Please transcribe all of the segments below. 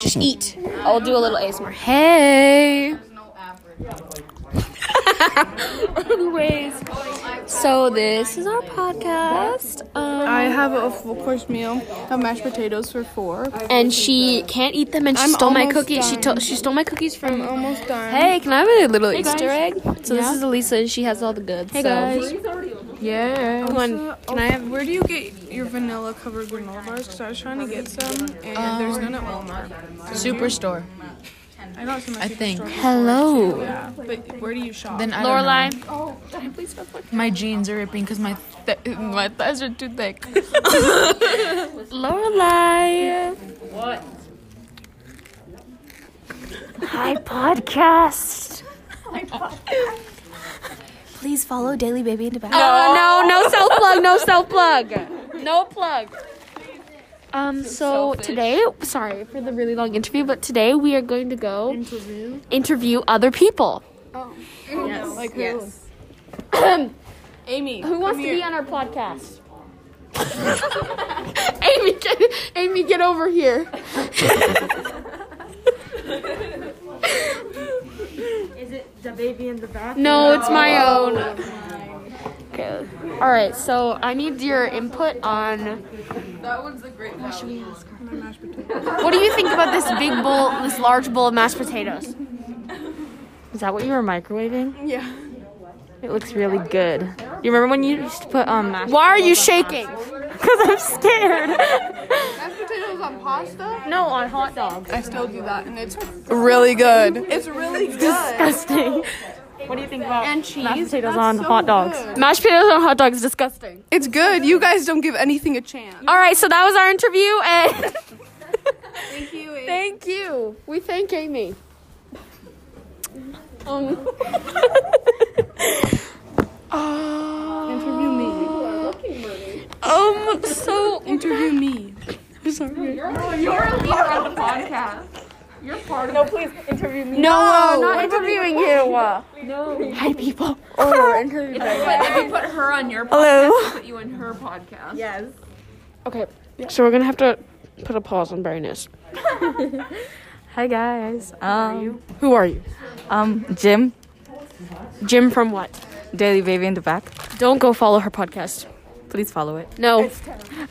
Just eat. I'll do a little ASMR. Hey. Anyways, so this is our podcast. Um, I have a full course meal of mashed potatoes for four. and she can't eat them, and she I'm stole my almost cookies. She done. to- she stole my cookies from. I'm almost done. Hey, can I have a little Easter guys. egg? So Yeah. this is Elisa, and she has all the goods. Hey guys. yeah. Come on, can I have? Where do you get your vanilla covered granola bars? Because I was trying to get some, and there's none at Walmart. Superstore. I got some. at I Superstore. think. Hello, Yeah, but where do you shop? Then I Lorelai. don't know. My jeans are ripping because my th- my thighs are too thick. Lorelai. What? Hi, podcast. Please follow Daily Baby into Bed. No, no, no self plug, no self plug, no plug. Um, so today, sorry for the really long interview, but today we are going to go interview, other people. like who? Amy. Who wants to be on our podcast? Amy, get, Amy, get over here. Is it the baby in the bath? No, it's my own. Okay. All right. So I need your input on. What do you think about this big bowl, this large bowl of mashed potatoes? Is that what you were microwaving? Yeah. It looks really good. You remember when you used to put um mashed? Why are you shaking? Because I'm scared. Mashed potatoes on pasta? no, on hot dogs. I still do that, and it's really good. It's really good. Disgusting. What do you think about And cheese. mashed potatoes That's on so hot dogs? good. Mashed potatoes on hot dogs, disgusting. It's good. You guys don't give anything a chance. All right, so that was our interview, and Thank you. thank you. We thank Amy. Um. Interview me. um. So Interview me. no, uh, not interviewing you. No. Hi, people. Oh, interviewing. If you put her on your Hello. put you in her podcast. Yes. Okay, so we're gonna have to put a pause on brightness. Hi guys. Um, Who are you? um, Jim, Jim from what? Daily Baby in the back. Don't go follow her podcast. Please follow it. No.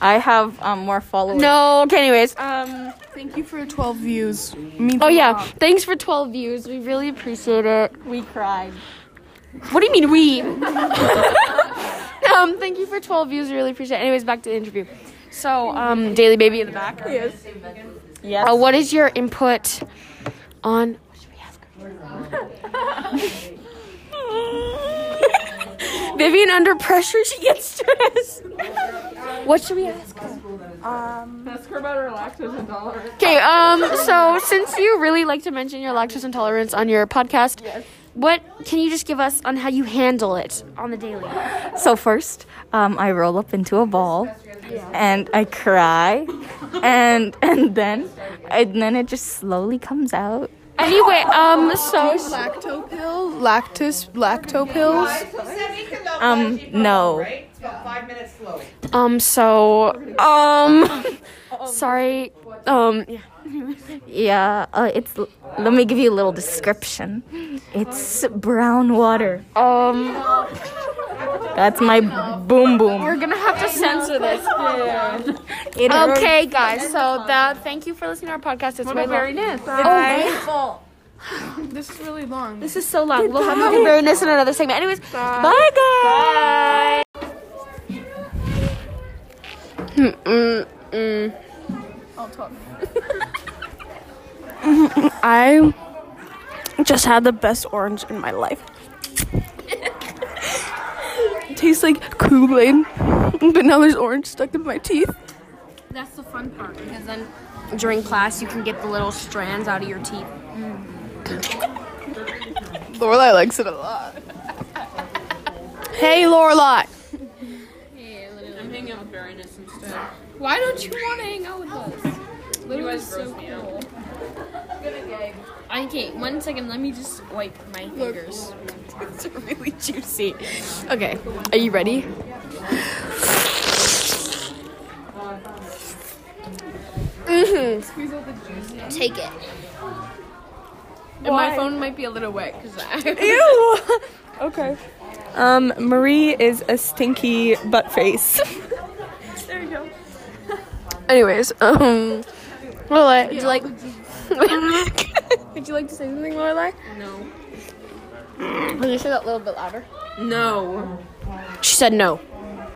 I have um, more followers. Uh, No. Okay. Anyways. Um, thank you for your 12 views. Means Oh a yeah. lot. Thanks for 12 views. We really appreciate it. We cried. What do you mean we? um, thank you for 12 views. We really appreciate it. Anyways, back to the interview. So, um, Daily Baby in the back. Yes. Yes. Uh, what is your input on? What should we ask her? Vivian under pressure, she gets stressed. what should we ask her? um, Ask her about her lactose intolerance. Okay, um, so since you really like to mention your lactose intolerance on your podcast, what can you just give us on how you handle it on the daily? So first, um, I roll up into a ball, and I cry, and and then, and then it just slowly comes out. Anyway, um, so Lacto pill, lactis, lacto pills. Um, no. Five minutes slow. um, so um, sorry, um, yeah. Yeah, uh, it's. Let me give you a little description. It's brown water. um, That's my boom boom. we're gonna have to censor this. It Okay, guys. So that, thank you for listening to our podcast. It's way very nice. Oh, This is really long. this is so long. We'll have to do very in another segment. Anyways, bye, guys. I just had the best orange in my life. Tastes like Kool Aid, but now there's orange stuck in my teeth. That's the fun part because then during class you can get the little strands out of your teeth. Lorelai likes it a lot. hey, Lorelai. I'm hanging out with Baroness instead. Why don't you want to hang out with us? You guys gross me out. Okay, one second. Let me just wipe my fingers. it's really juicy. Okay, are you ready? Mm. Take it. And my phone might be a little wet because I. Ew. okay. Um, Marie is a stinky butt face. Anyways, um, Lorelai, would you like? would you like to say something, Lorelai? No. Would you say that a little bit louder? No. She said no.